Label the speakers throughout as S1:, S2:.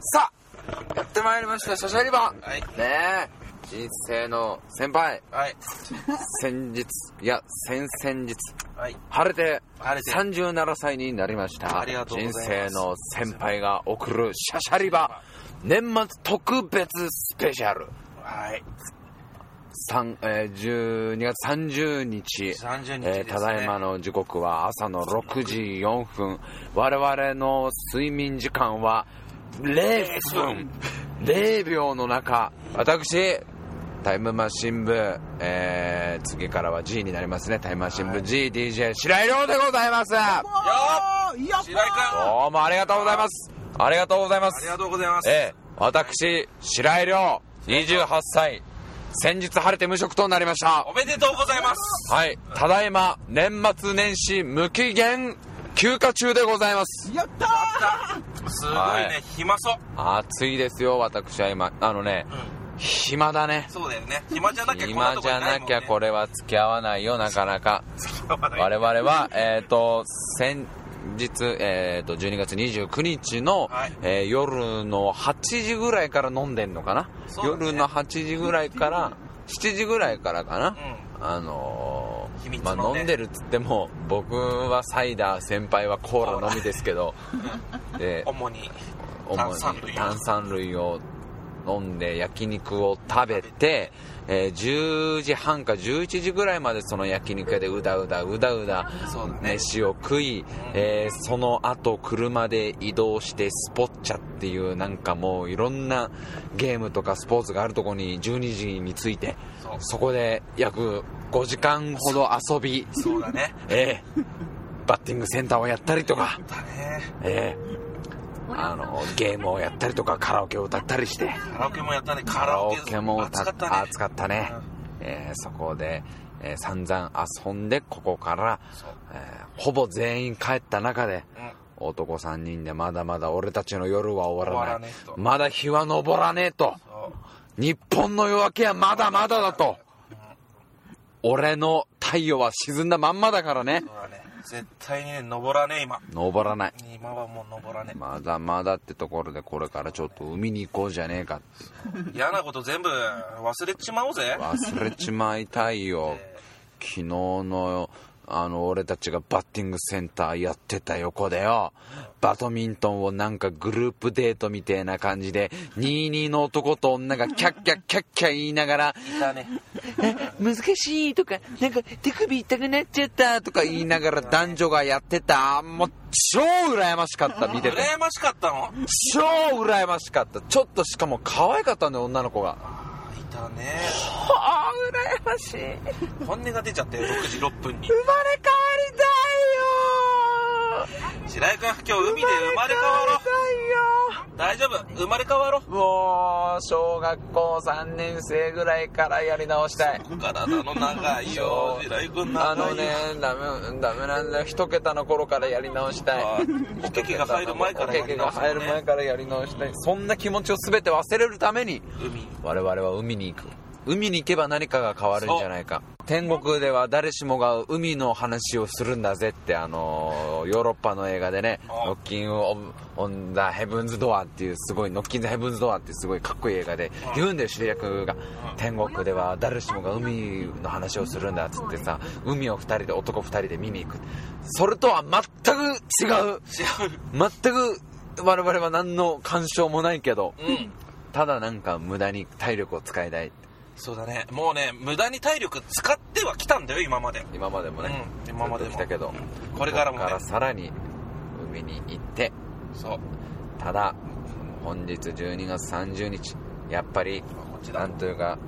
S1: さあやってまいりました「しゃしゃり場」
S2: はい
S1: ねえ人生の先輩
S2: はい
S1: 先日いや先々日
S2: はい
S1: 晴れて
S2: 晴れて
S1: 37歳になりました
S2: ありがとうございます
S1: 人生の先輩が送る「しゃしゃり場」年末特別スペシャル
S2: はい
S1: 3、えー、12月30日
S2: 30日
S1: えー
S2: ですね
S1: ただいまの時刻は朝の6時4分我々の睡眠時間は0分0秒の中私タイムマシン部、えー次からは G になりますねタイムマシン部 GDJ 白井亮でございます
S2: よっ白井君
S1: どうもありがとうございますありがとうございま
S2: あ
S1: す
S2: りがとうございます
S1: ええ、私白井亮28歳先日晴れて無職となりました
S2: おめでとうございます
S1: はい、ただいま年末年始無期限休暇中でございます。
S3: やったー
S2: すごいね、
S1: はい
S2: 暇そう
S1: 暑いですよ、私は今。あのね、暇だね。
S2: そうだよね暇じゃなきゃこんな
S1: 暇
S2: と
S1: じ
S2: こ
S1: ゃ
S2: にない
S1: な
S2: もん、
S1: き
S2: ね、
S1: ゃこれは付き合わないよ、なかなか。我々は、えっ、と、先日、えっ、と、12月29日の、
S2: はい
S1: えー夜の8時ぐらいから飲んでんのかな、
S2: そうだね
S1: 夜の8時ぐらいから、7時ぐらいからかな、
S2: う
S1: あのー
S2: 秘密
S1: ま
S2: のね
S1: あ、飲んでるっつっても僕はサイダー先輩はコーラのみですけど、 で
S2: 主に
S1: 主
S2: 炭酸
S1: に
S2: 類
S1: 炭酸類を飲んで焼肉を食べて、えー10時半か11時ぐらいまでその焼肉屋でうだうだうだうだ
S2: そうだね
S1: 飯を食い、えーその後車で移動してスポッチャっていうなんかもういろんなゲームとかスポーツがあるとこに12時に着いて
S2: そう
S1: そこで約5時間ほど遊び、
S2: そうだね
S1: えーバッティングセンターをやったりとか。
S2: だね
S1: ええあのゲームをやったりとかカラオケを歌ったりして
S2: カラオケもやったねカ
S1: カ
S2: ラ
S1: ラ
S2: オ
S1: オ
S2: ケ
S1: ケも歌
S2: 暑かったね
S1: 暑かったね、ええそこで、ええ散々遊んでここから
S2: そう、
S1: ええほぼ全員帰った中で
S2: うん
S1: 男3人でまだまだ俺たちの夜は終わら
S2: 終わら
S1: な
S2: ね
S1: い
S2: えと
S1: まだ日は昇らねえと
S2: そう
S1: 日本の夜明けはまだまだだと俺の太陽は沈んだまんまだからね
S2: そうだね絶対にね登らねえ今
S1: 昇らない
S2: 今はもう登らねえ
S1: まだまだってところでこれからちょっと海に行こうじゃねえかって
S2: 嫌なこと全部忘れちまおうぜ
S1: 忘れちまいたいよ昨日のあの俺たちがバッティングセンターやってた横でよバドミントンをなんかグループデートみたいな感じで22の男と女がキャッキャッキャッキャ言いながら
S2: いたね
S1: 難しいとか、なんか手首痛くなっちゃったとか言いながら男女がやってた、もう超羨ましかった、見てて。
S2: 羨ましかったの
S1: 超羨ましかった。ちょっとしかも可愛かったんだよ、女の子が。
S2: あいたね
S1: ああ、羨ましい。
S2: 本音が出ちゃって6時6分に
S1: 生まれ変わりたいよ
S2: 白井君今日海で生まれ変わろう大丈夫生まれ変わろう
S1: もう小学校3年生ぐらいからやり直したい
S2: 体の長いよ白井君長
S1: あ
S2: いよ
S1: のねダメダメなんだよ一桁の頃からやり直したい
S2: あおけけが入る前から
S1: おけけが入る前からやり直したいそんな気持ちを全て忘れるために
S2: 海
S1: 我々は海に行く海に行けば何かが変わるんじゃないか天国では誰しもが海の話をするんだぜってあのーヨーロッパの映画でね「
S2: あ
S1: ノッキング・オブ・オン・ザ・ヘブンズ・ドア」っていうすごい「ノッキング・ヘブンズ・ドア」ってすごいかっこいい映画で言うんだよ主役が天国では誰しもが海の話をするんだっつってさ海を2人で男2人で見に行くそれとは全く違う全く我々は何の干渉もないけど
S2: 違ううん
S1: ただなんか無駄に体力を使いたい
S2: そうだねもうね無駄に体力使ってはきたんだよ今まで
S1: 今までもね、
S2: うん今までも
S1: ずっと来たけど
S2: これからも
S1: こ
S2: ね
S1: こからさらに海に行って
S2: そう
S1: ただ本日12月30日やっぱり
S2: こっち
S1: な
S2: だ
S1: んというか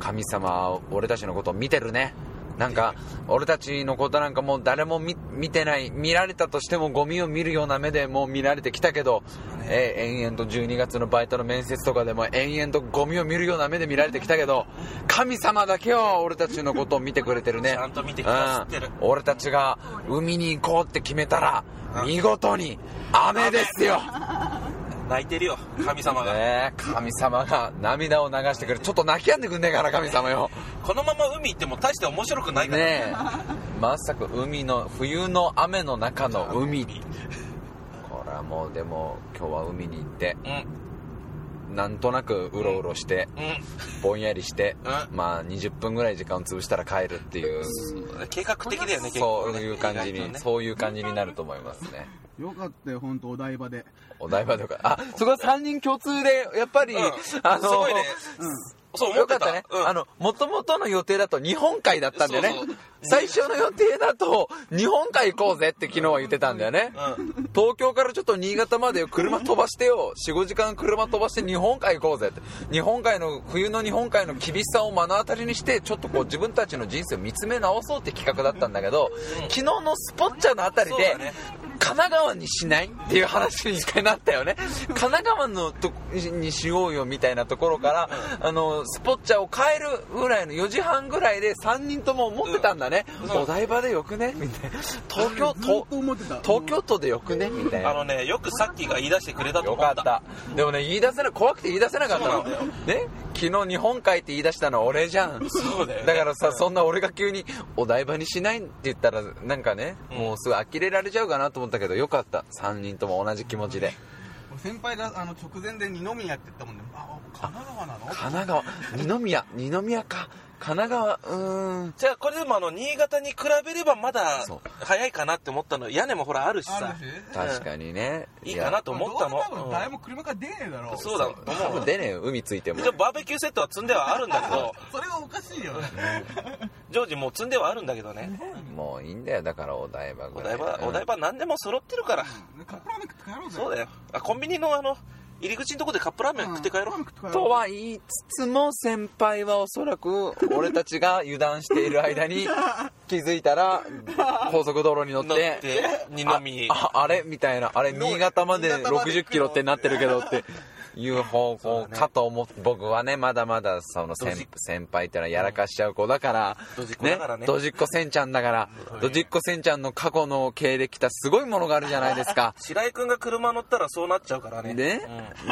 S1: 神様は俺たちのことを見てるねなんか俺たちのことなんかもう誰も見見てない見られたとしてもゴミを見るような目でもう見られてきたけど、えー延々と12月のバイトの面接とかでも延々とゴミを見るような目で見られてきたけど神様だけは俺たちのことを見てくれてるね
S2: ちゃんと見てくださってる
S1: うん俺たちが海に行こうって決めたら見事に雨ですよ
S2: 泣いてるよ神様が
S1: ねえ神様が涙を流してくれちょっと泣き止んでくんねえかな神様よ
S2: このまま海行っても大して面白くないから
S1: ねえまさか海の冬の雨の中の海これはからもうでも今日は海に行って
S2: うん
S1: なんとなくうろうろして、
S2: うん
S1: ぼんやりして、
S2: う
S1: まあ20分ぐらい時間潰したら帰るっていう
S2: 計画的だよね結
S1: そ
S2: 構
S1: う
S2: ね
S1: いう感じ
S2: 意外
S1: に、
S2: とね
S1: そういう感じになると思いますね
S3: よかったよ、本当お台場で。
S1: お台場とかあそこは3人共通でやっぱり、
S2: うん
S1: あ
S2: す
S1: の
S2: ごいねそう思
S1: よ
S2: っ
S1: か
S2: て
S1: ったね、
S2: うん
S1: あの元々の予定だと日本海だったんだよね
S2: そうそう
S1: 最初の予定だと日本海行こうぜって昨日は言ってたんだよね、
S2: うん
S1: 東京からちょっと新潟まで車飛ばしてよ45時間車飛ばして日本海行こうぜって日本海の冬の日本海の厳しさを目の当たりにしてちょっ とこう自分たちの人生を見つめ直そうって企画だったんだけど、昨日のスポッチャのあたり
S2: そう
S1: で、
S2: だね
S1: 神奈川にしないっていう話に一回なったよね神奈川のとにしようよみたいなところから、あのスポッチャを変えるぐらいの4時半ぐらいで3人とも思ってたんだね、
S2: うん
S1: お台場でよくねみたいな東京
S3: ずっ
S1: と
S3: と思ってた。
S1: 東京都でよくねみたいな
S2: あのねよくさっきが言い出してくれたと
S1: よ
S2: 思
S1: か
S2: っ
S1: ったたでもね言い出せな怖くて言い出せなかったの
S2: そうなん
S1: ね昨日日本海って言い出したのは俺じゃん
S2: そうだよね
S1: からさそんな俺が急にお台場にしないって言ったらなんかね、
S2: うん
S1: もうすぐ呆れられちゃうかなと思ったけどよかった3人とも同じ気持ちで
S3: 俺先輩があの直前で二宮って言ったもんね。あ、神奈川なの
S1: 神奈川二宮二宮か神奈川うーん
S2: じゃあこれでもあの新潟に比べればまだ
S1: そう
S2: 早いかなって思ったの屋根もほらあるしさ
S3: あるし
S1: 確かにね、
S2: いいかなと思った
S3: どうせ多
S2: の
S3: 分誰も車から出ねえだろ。
S2: うんそうだ
S1: うん多分出ねえよ海ついても
S2: 一応バーベキューセットは積んではあるんだけ ど
S3: それがおかしいよね。
S2: ジョージもう積んではあるんだけどね
S1: もういいんだよだからお台場ぐ
S2: お
S1: らい
S2: 台場
S1: うん
S2: お台場何でも揃ってるから
S3: カップラーメン食って帰ろうぜ。
S2: そうだよあコンビニのあの入り口のとこでカップラーメン食って帰ろ
S3: う
S2: うん
S3: カップラーメン食って帰
S1: と
S3: ろう。
S1: は言いつつも先輩はおそらく俺たちが油断している間 に気づいたら高速道路に乗っ
S2: 乗ってて二宮
S1: あああれみたいなあれ新潟まで
S3: 新潟まで
S1: 60キロってなってるけどっていう方向かと思って僕はねまだまだその
S2: ドジ
S1: 先先輩ってのはやらかしちゃう子だから
S2: ドジっ子だからね
S1: ドジっ子せんちゃんだからドジっ子せんちゃんの過去の経歴たすごいものがあるじゃないですか
S2: 白井君が車乗ったらそうなっちゃうからね
S1: ね、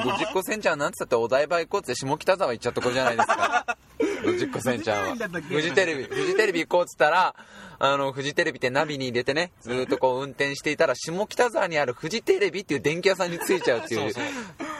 S1: ドジっ子センちゃんなんつったってお台場行こうって下北沢行っちゃった子じゃないですかドジっ子センちゃんは
S3: フジテレビだったっけ
S1: フジテレビフジテレビ行こうっつったらあのフジテレビってナビに入れてねずーっとこう運転していたら下北沢にあるフジテレビっていう電気屋さんに着いちゃうっていう
S2: そうそう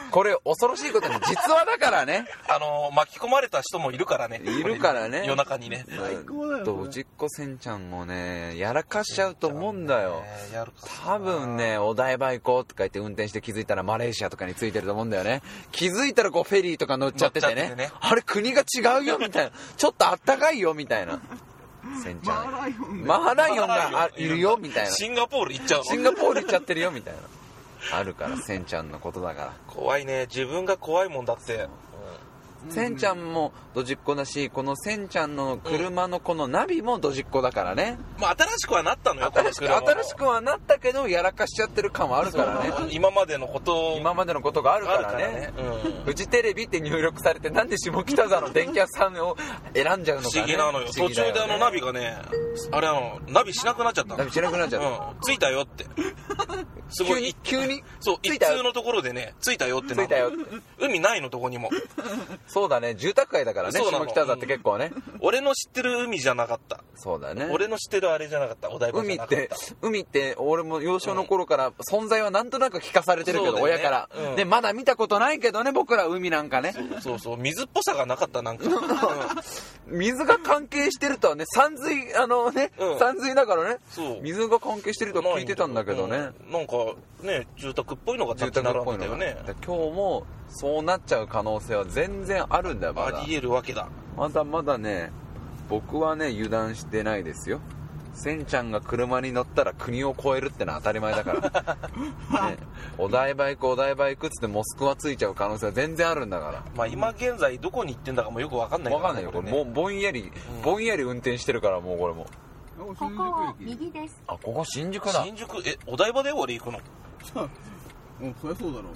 S1: これ恐ろしいことに実話だからね
S2: あの巻き込まれた人もいるからね
S1: いるからね
S2: 夜中にね
S3: 最高だよ
S1: ドジっ子センちゃんもねやらかしちゃうと思うんだよ
S2: ねやるか
S1: 多分ね、お台場行こうとか言って運転して気づいたらマレーシアとかに着いてると思うんだよね。気づいたらこうフェリーとか乗っちゃってて
S2: 乗っ
S1: ね。
S2: ちゃっててね
S1: あれ国が違うよみたいな。ちょっとあったかいよみたいな。センちゃ
S3: マ
S1: ん。
S3: ーライオンだよ
S1: マーライオンがあいるよみたいな。シ
S2: シンガポール行っちゃうの
S1: ンガポール行っちゃってるよみたいな。あるから、センちゃんのことだから。
S2: 怖いね自分が怖いもんだって
S1: センちゃんもドジっ子だし、このセンちゃんの車のこのナビもドジっ子だからね。
S2: まあ新しくはなったのよ
S1: 新しく、
S2: この車も
S1: 新しくはなったけど、やらかしちゃってる感はあるからね。
S2: 今までのことを
S1: 今までのことがあるから
S2: あ
S1: ね
S2: るからねうん
S1: フジテレビって入力されてなんで下北沢の電気屋さんを選んじゃうの
S2: 不
S1: か、ね、
S2: 思議なのよ
S1: 不思
S2: 途
S1: 議
S2: 中
S1: だよね
S2: であのナビがねあれあのナビしなくなっちゃったの
S1: ナビしなくなっちゃった、
S2: うん着いたよってすご
S1: 急
S2: い
S1: に急に
S2: そう
S1: 着い
S2: 一
S1: た
S2: 通
S1: よ
S2: のところでね着いたよってなの
S1: 着いたよって
S2: 海ないのとこにも
S1: そうだね住宅街だからね
S2: そうな
S1: 下
S2: の
S1: 北沢って結構ね、
S2: 俺の知ってる海じゃなかった
S1: そうだね
S2: 俺の知ってるあれじゃなかったお台場じ
S1: 海
S2: ゃ
S1: っ
S2: なかった
S1: て海って俺も幼少の頃から存在はなんとなく聞かされてるけど、
S2: そうだよ
S1: 親
S2: ね
S1: から、
S2: うん
S1: でまだ見たことないけどね僕ら海なんかね
S2: そうそう水っぽさがなかった なんか、うん
S1: 水が関係してるとはね山水あのね、
S2: うん
S1: 山水だからね
S2: そう
S1: 水が関係してるとは聞いてたんだけどね、
S2: うんなんかね住宅っぽいのが
S1: 住
S2: 立ち
S1: 宅
S2: 並
S1: っぽい
S2: んでた
S1: のが、
S2: よね
S1: だから今日もそうなっちゃう可能性は全然あるんだよま
S2: あ
S1: だ
S2: りえるわけだ
S1: まだまだね僕はね油断してないですよせんちゃんが車に乗ったら国を越えるってのは当たり前だから、 ね、お台場行くお台場行くっつってモスクワついちゃう可能性は全然あるんだか
S2: まあ今現在どこに行ってんだかもよくわかん
S1: ら
S2: ない
S1: 分かんないよこれもうぼんやり、ぼんやり運転してるからもうこれも
S3: こ
S4: ここを右です。
S1: あここ新宿だ
S2: 新宿えお台場で俺行くの
S3: うん、そりゃそうだろう。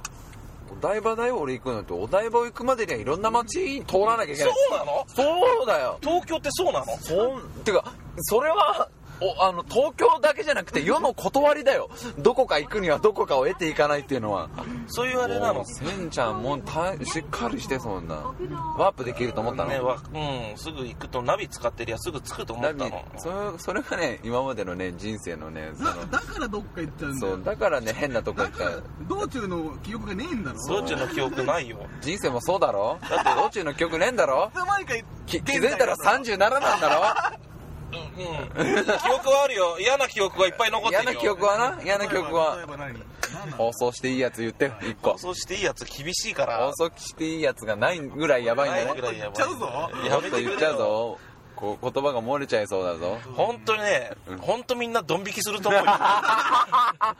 S1: お台場だよ俺行くのってお台場行くまでにはいろんな街通らなきゃいけ
S2: そ
S1: ないう
S2: なの
S1: そうだよ
S2: 東京ってそうなの
S1: そんてかそれはおあの東京だけじゃなく て世の断りだよどこか行くにはどこかを得ていかないっていうのは
S2: そういうあれなの
S1: もうせんちゃんもうたしっかりしてそんなワープできると思ったの、
S2: ねわうんすぐ行くとナビ使ってりゃすぐ着くと思った
S1: だ
S2: の
S1: そそれがね今までのね人生のねそ
S3: だ
S1: の
S3: だからどっか行っちゃうんだ
S1: そ
S3: よ
S1: うだからね変なとこ行
S3: だ
S1: っ
S3: か
S1: た
S3: ら道中の記憶がねえんだろ
S2: 道中の記憶ないよ
S1: 人生もそうだろだって道中の曲ねえんだろ
S3: いつの間にか
S1: き気づいたら37なんだ
S2: うん、うん、記憶はあるよ嫌な記憶がいっぱい残
S1: ろ
S2: っ
S1: 嫌
S2: てるよ
S1: な記憶はな嫌な記憶
S3: 例え
S1: は
S3: ば何何なの
S1: 放送していいやつ言って1個
S2: そうしていいやつ厳しいから
S1: 放送していいやつがないぐらいやばいんだ
S2: ない
S1: ね
S2: ぐらいやばい
S3: ちゃうぞ
S1: や
S2: や
S1: め
S2: め
S1: と
S2: て
S1: 言
S2: く
S1: っ
S2: れ
S1: ちゃう
S2: よ
S1: ぞこう言葉が漏れちゃいそうだぞ
S2: 本当にね
S1: ん
S2: 本当みんなドン引きすると思うよあ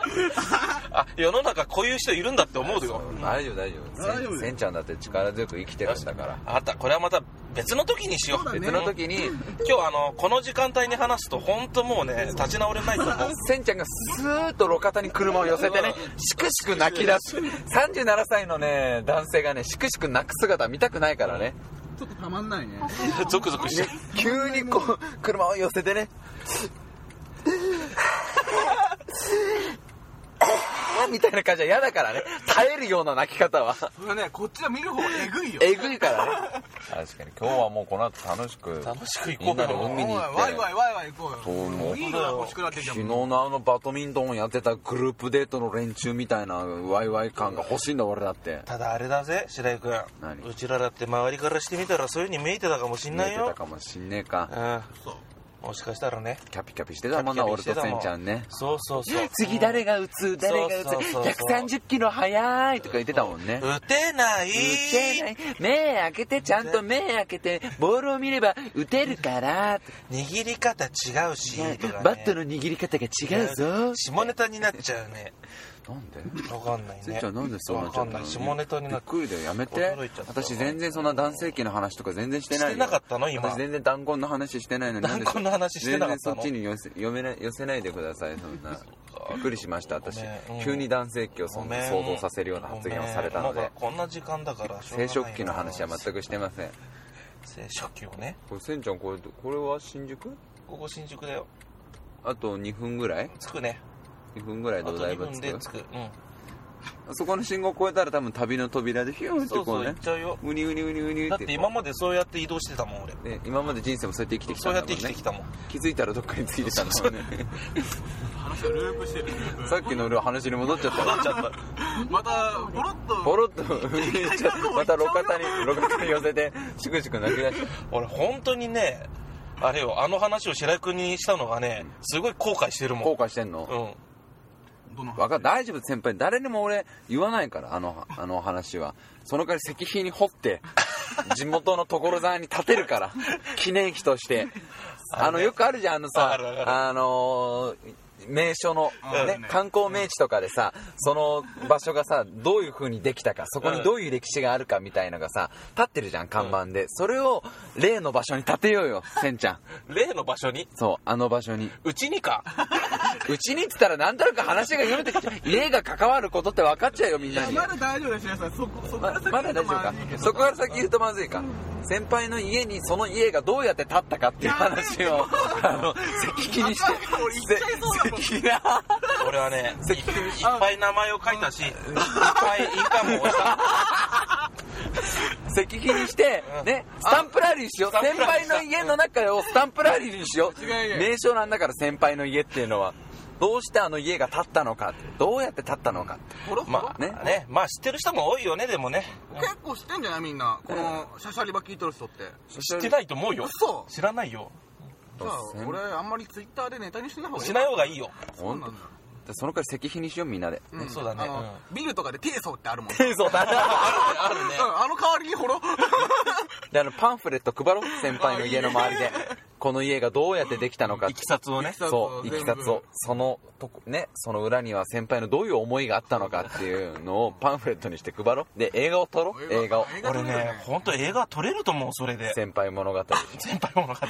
S2: 世の中こういう人いるんだって思うよ
S1: 大丈夫大丈
S3: 大丈
S1: 夫せ
S3: 夫
S1: んせんちゃんだって力強く生きてるんだから
S2: あったこれはまた別の時にしよ
S3: そう
S2: う
S3: だね
S1: 別の時に
S2: 今日あのこの時間帯に話すと本当もうね立ち直れないと思う
S1: せんちゃんがスーッと路肩に車を寄せてねしくしく泣き出す37歳のね男性がねしくしく泣く姿見たくないからね
S3: ちょっとたまんないね
S2: ゾクゾクしちゃう
S1: 急にこう車を寄せてね みたいな感じは嫌だからね耐えるような泣き方は
S3: それはねこっちは見る方がえぐいよ
S1: えぐいからね確かに今日はもうこの後楽しく
S2: 楽しく行
S1: みん
S2: こう
S1: な
S2: よ
S1: で海に行って
S3: おいワイワイワイワイ行こ
S1: そう
S3: う
S1: も
S3: よ
S1: う
S3: いいな欲しくなってきた
S1: 昨
S3: も
S1: 日
S3: ん
S1: のあのバドミントンやってたグループデートの連中みたいなワイワイ感が欲しいんだ俺だって
S2: ただあれだぜ白井君
S1: 何
S2: うちらだって周りからしてみたらそういう風に見えてたかもしん
S1: 見え
S2: な
S1: て
S2: い
S1: た
S2: よ
S1: かもしんねえか
S3: そう
S2: うんもしかしたらね
S1: キャピキャピしてたもんな
S2: キャ
S1: 俺
S2: ピキャ
S1: と
S2: ピして
S1: せん
S2: たも
S1: ちゃんね
S2: そうそうそう
S1: 次誰が打つ誰が打
S2: そうそうそう
S1: つ130キロ速いとか言ってたもんね
S2: 打てない
S1: 打てない目開けてちゃんと目開けてボールを見れば打てるからとか
S2: 握り方違うしとかね
S1: バットの握り方が違うぞ
S2: 下ネタになっちゃうね
S1: なんで
S2: わかんない
S1: せん
S2: ね
S1: ちゃんなんでそうなっちゃった
S2: わかんない
S1: の
S2: 下ネタに
S1: び
S2: な
S1: っ
S2: っ
S1: くりだよやめて
S2: 驚いちゃった
S1: 私全然そんな男性器の話とか全然してないよ
S2: してなかったの今
S1: 私全然弾痕の話してないのに
S2: 弾痕の話してなかっ
S1: 全然
S2: たの
S1: そっちに寄せ読めない寄せないでくださいそんなびっくりしました私
S2: ごめんうん
S1: 急に男性器をそ
S2: ご
S1: ん
S2: めん
S1: な想像させるような発言をされたの
S2: ごめん
S1: で
S2: もうこんな時間だからしょ
S1: 生
S2: うがないな
S1: 殖器の話は全くしてません
S2: 生殖器をね
S1: これせんちゃんこれこれは新宿
S2: ここ新宿だよ
S1: あと2分ぐらい
S2: 着くね
S1: 2分ぐら
S2: あ
S1: いで
S2: と
S1: お台
S2: 2
S1: 場
S2: 分で
S1: 着く
S2: 着くうん
S1: そこの信号越えたら多分旅の扉でヒューンって
S2: そう
S1: こ
S2: そうう行
S1: ね
S2: っちゃうよ
S1: ウニウニウニウニ
S2: だ
S1: っ
S2: ってて今までそうやって移動してたもん俺
S1: ね今まで人生もそうやって生きてきた
S2: そ
S1: ん
S2: う
S1: だ
S2: や
S1: も
S2: っ
S1: ん
S2: て
S1: ね
S2: 生きてきたもん
S1: 気づいたらどっかについてたんだもんね
S3: 話がループしてるループ
S1: さっきの話に戻っちゃったよ
S2: 戻っちゃった
S3: またボロッと
S1: ポロッとまた路肩に路肩に寄せてしくしく泣き出して
S2: 俺本当にねあれよあの話を白井君にしたのがねすごい後悔してるもん
S1: 後悔してんの
S2: うん
S3: どの話
S1: わかる大丈夫先輩誰にも俺言わないからあのあの話はその代わり石碑に掘って地元の所沢に建てるから記念碑としてあのよくあるじゃんあのさ
S2: あるある
S1: あのー名所の、
S3: うん
S1: ね、観光名地とかでさその場所がさどういう風にできたかそこにどういう歴史があるかみたいのがさ立ってるじゃん看板でそれを例の場所に建てようよせんちゃん
S2: 例の場所に
S1: そうあの場所に
S2: うちにか
S1: うちにって言ったらなんとなく話が読めてきちゃう家が関わることって分かっちゃうよみんなに
S3: まだ大丈夫だしなさいそこそこ
S1: ま
S3: から先
S1: まだ大丈夫かそこから先いるとまずいか先輩の家にその家がどうやって建ったかっていう話をあの石碑にして
S3: 頭俺言っちゃいそうだもん
S1: 石碑が
S2: 俺はねいいっぱい名前を書いたしいっぱい印鑑も押した
S1: 石碑にしてねスタンプラリーしよう
S2: スタ
S1: 先
S2: ンプラ
S1: 輩
S2: リー
S1: の家の中をスタンプラリーにしよう
S3: 違う違う
S1: 名称なんだから先輩の家っていうのはどうしてあの家が建ったのかってどうやって建ったのかって
S3: ボロッと
S2: まあ
S1: ね
S2: ねまあ知ってる人も多いよねでもね
S3: 結構知ってんじゃないみんなこのシャシャリバ聞いてる人って
S2: 知ってないと思うよ
S3: 嘘
S2: 知らないよ
S3: じゃあ俺あんまりツイッターでネタにしない方がいい
S2: しない方がいいよ
S3: そうなんだよ
S1: でそのからい石碑にしようみんなで
S3: ん
S2: そうだね
S3: あのビルとかで低層ってあるも ん
S1: そうだ
S2: あるね
S3: うんあの代わりにほろ
S1: であのパンフレット配ろう先輩の家の周りでこの家がどうやってできたのか
S2: いきさつをね
S3: きさつ
S1: そうい
S3: 全部
S1: きさつをそのとこねその裏には先輩のどういう思いがあったのかっていうのをパンフレットにして配ろうで映画を撮ろ う映
S3: 映
S1: 画
S3: 画
S1: を
S3: 映画
S2: 俺ね本当映画撮れると思うそれで
S1: 先輩物語いっ
S2: 先輩物語
S1: ぱ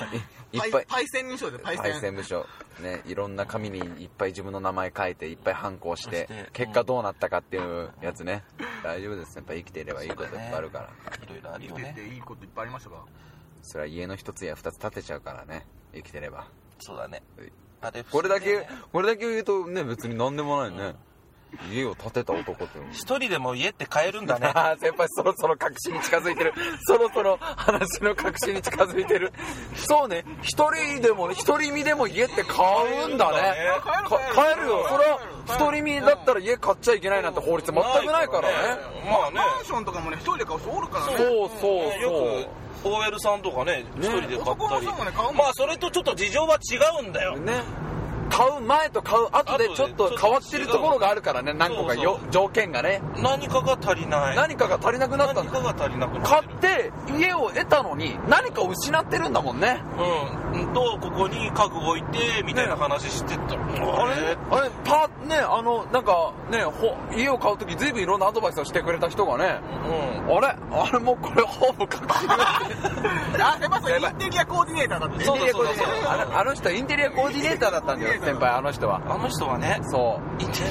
S1: い
S3: パイセンにしようぜパイ
S1: 対
S3: セ
S1: 戦
S3: ン
S1: 部署ねいろんな紙にいっぱい自分の名前書いていっぱい反抗して
S2: して
S1: 結果どうなったかっていうやつね大丈夫です先輩生きていればいいこといっぱいあるから
S2: いろいろあるよ
S3: 見て
S2: ね
S3: ていいこといっぱいありましたか
S1: それは家の一つや二つ建てちゃうからね生きてれば
S2: そうだねあれ不
S1: こ
S2: 思議
S1: れ
S2: だよ
S1: だ
S2: ね
S1: けこれだけ言うとね別に何でもないね、家を建てた男って
S2: 一人でも家って買えるんだね
S1: ああ先輩そろそろ確信に近づいてるそろそろ話の確信に近づいてるそうね一人でも一人身でも家って買うんだね
S3: 買える
S1: か買えるよそれは
S3: 買える
S1: 一人身だったら家買っちゃいけないなんて法律全くないからね
S2: まあね
S3: マンションとかもね一人で買う人おるからね
S1: そうそう
S2: よく OL さんとかね一人で買った
S3: 男の
S2: り
S3: 人もね買うもん
S2: まあそれとちょっと事情は違うんだよ
S1: そうね買う前と買う後でちょっと変わってるところがあるからね何個かよ
S2: そう
S1: 条件がね
S2: 何かが足りない
S1: 何かが足りなくなったん
S2: 何
S1: だ
S2: かが足りなくな
S1: 買
S2: る
S1: って家を得たのに何かを失ってるんだもんね
S2: うんとここに家具置いてみたいな話してた
S1: あ
S2: あ
S1: れあれパーねあのなんかねほ家を買う時ずいぶんいろんなアドバイスをしてくれた人がね
S2: うん
S1: あれあれもうこれほぼ確信
S3: あ先輩それインテリアコーディネーターだって
S2: そうだそうだ
S3: インテリアコーディネータ
S2: そうだ
S3: ー
S1: あのあの人インテリアコーディネーターだったんだよ先輩あの人は
S2: あの人はね
S1: そう
S2: インテリ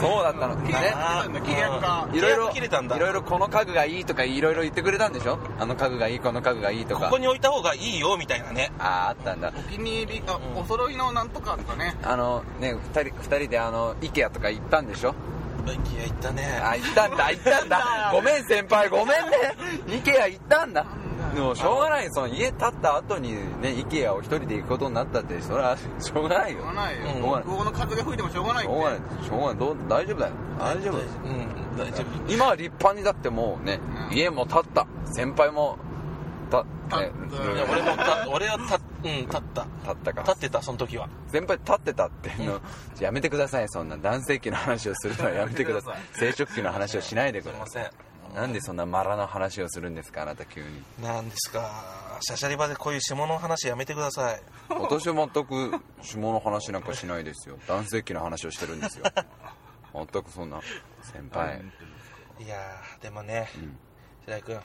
S1: そうだったのね
S2: あー
S3: 契約が
S1: いろいろ
S2: 契約切れたんだ
S1: いろいろこの家具がいいとかいろいろ言ってくれたんでしょあの家具がいいこの家具がいいと
S2: ア
S1: か
S2: ここに置いた方がいいよみたいなね
S1: あああったんだ
S3: お気に入りあ
S2: うん
S3: お揃いのなんとかとかね
S1: あのね二人二人であの IKEA とか行ったんでしょ
S2: いや言ったね
S1: あ行ったんだ行ったんだごめん先輩ごめんね IKEA 行ったんだでもしょうがないよその家建った後にね IKEA を一人で行くことになったってそれはしょうがない
S3: し
S1: よ
S3: ょうがないよ
S2: うん
S1: しょうがない
S3: 向こうの風が吹いてもしょうがない
S1: し
S3: っ
S1: ょう
S3: て
S1: がないしょうがないどう大丈夫だよ大丈夫だよ
S2: うん大丈夫
S1: 今は立派にだってもうね
S3: うん
S1: 家も建った先輩もたね
S3: 立った
S2: いや俺もた俺はたうん立った
S1: 建ったから
S2: 立ってたその時は
S1: 先輩立ってたっていうのやめてくださいそんな男性器の話をするのはやめてくだ さい生殖器の話をしないでく
S2: すい
S1: だ
S2: ま
S1: さ
S2: せ
S1: い
S2: ん
S1: なんでそんなマラの話をするんですかあなた急 に
S2: なんですかシャシャリ場でこういう下の話やめてください
S1: 私は全く下の話なんかしないですよ男性器の話をしてるんですよ全くそんな先輩
S2: いやーでもね、
S1: ん
S2: 白井君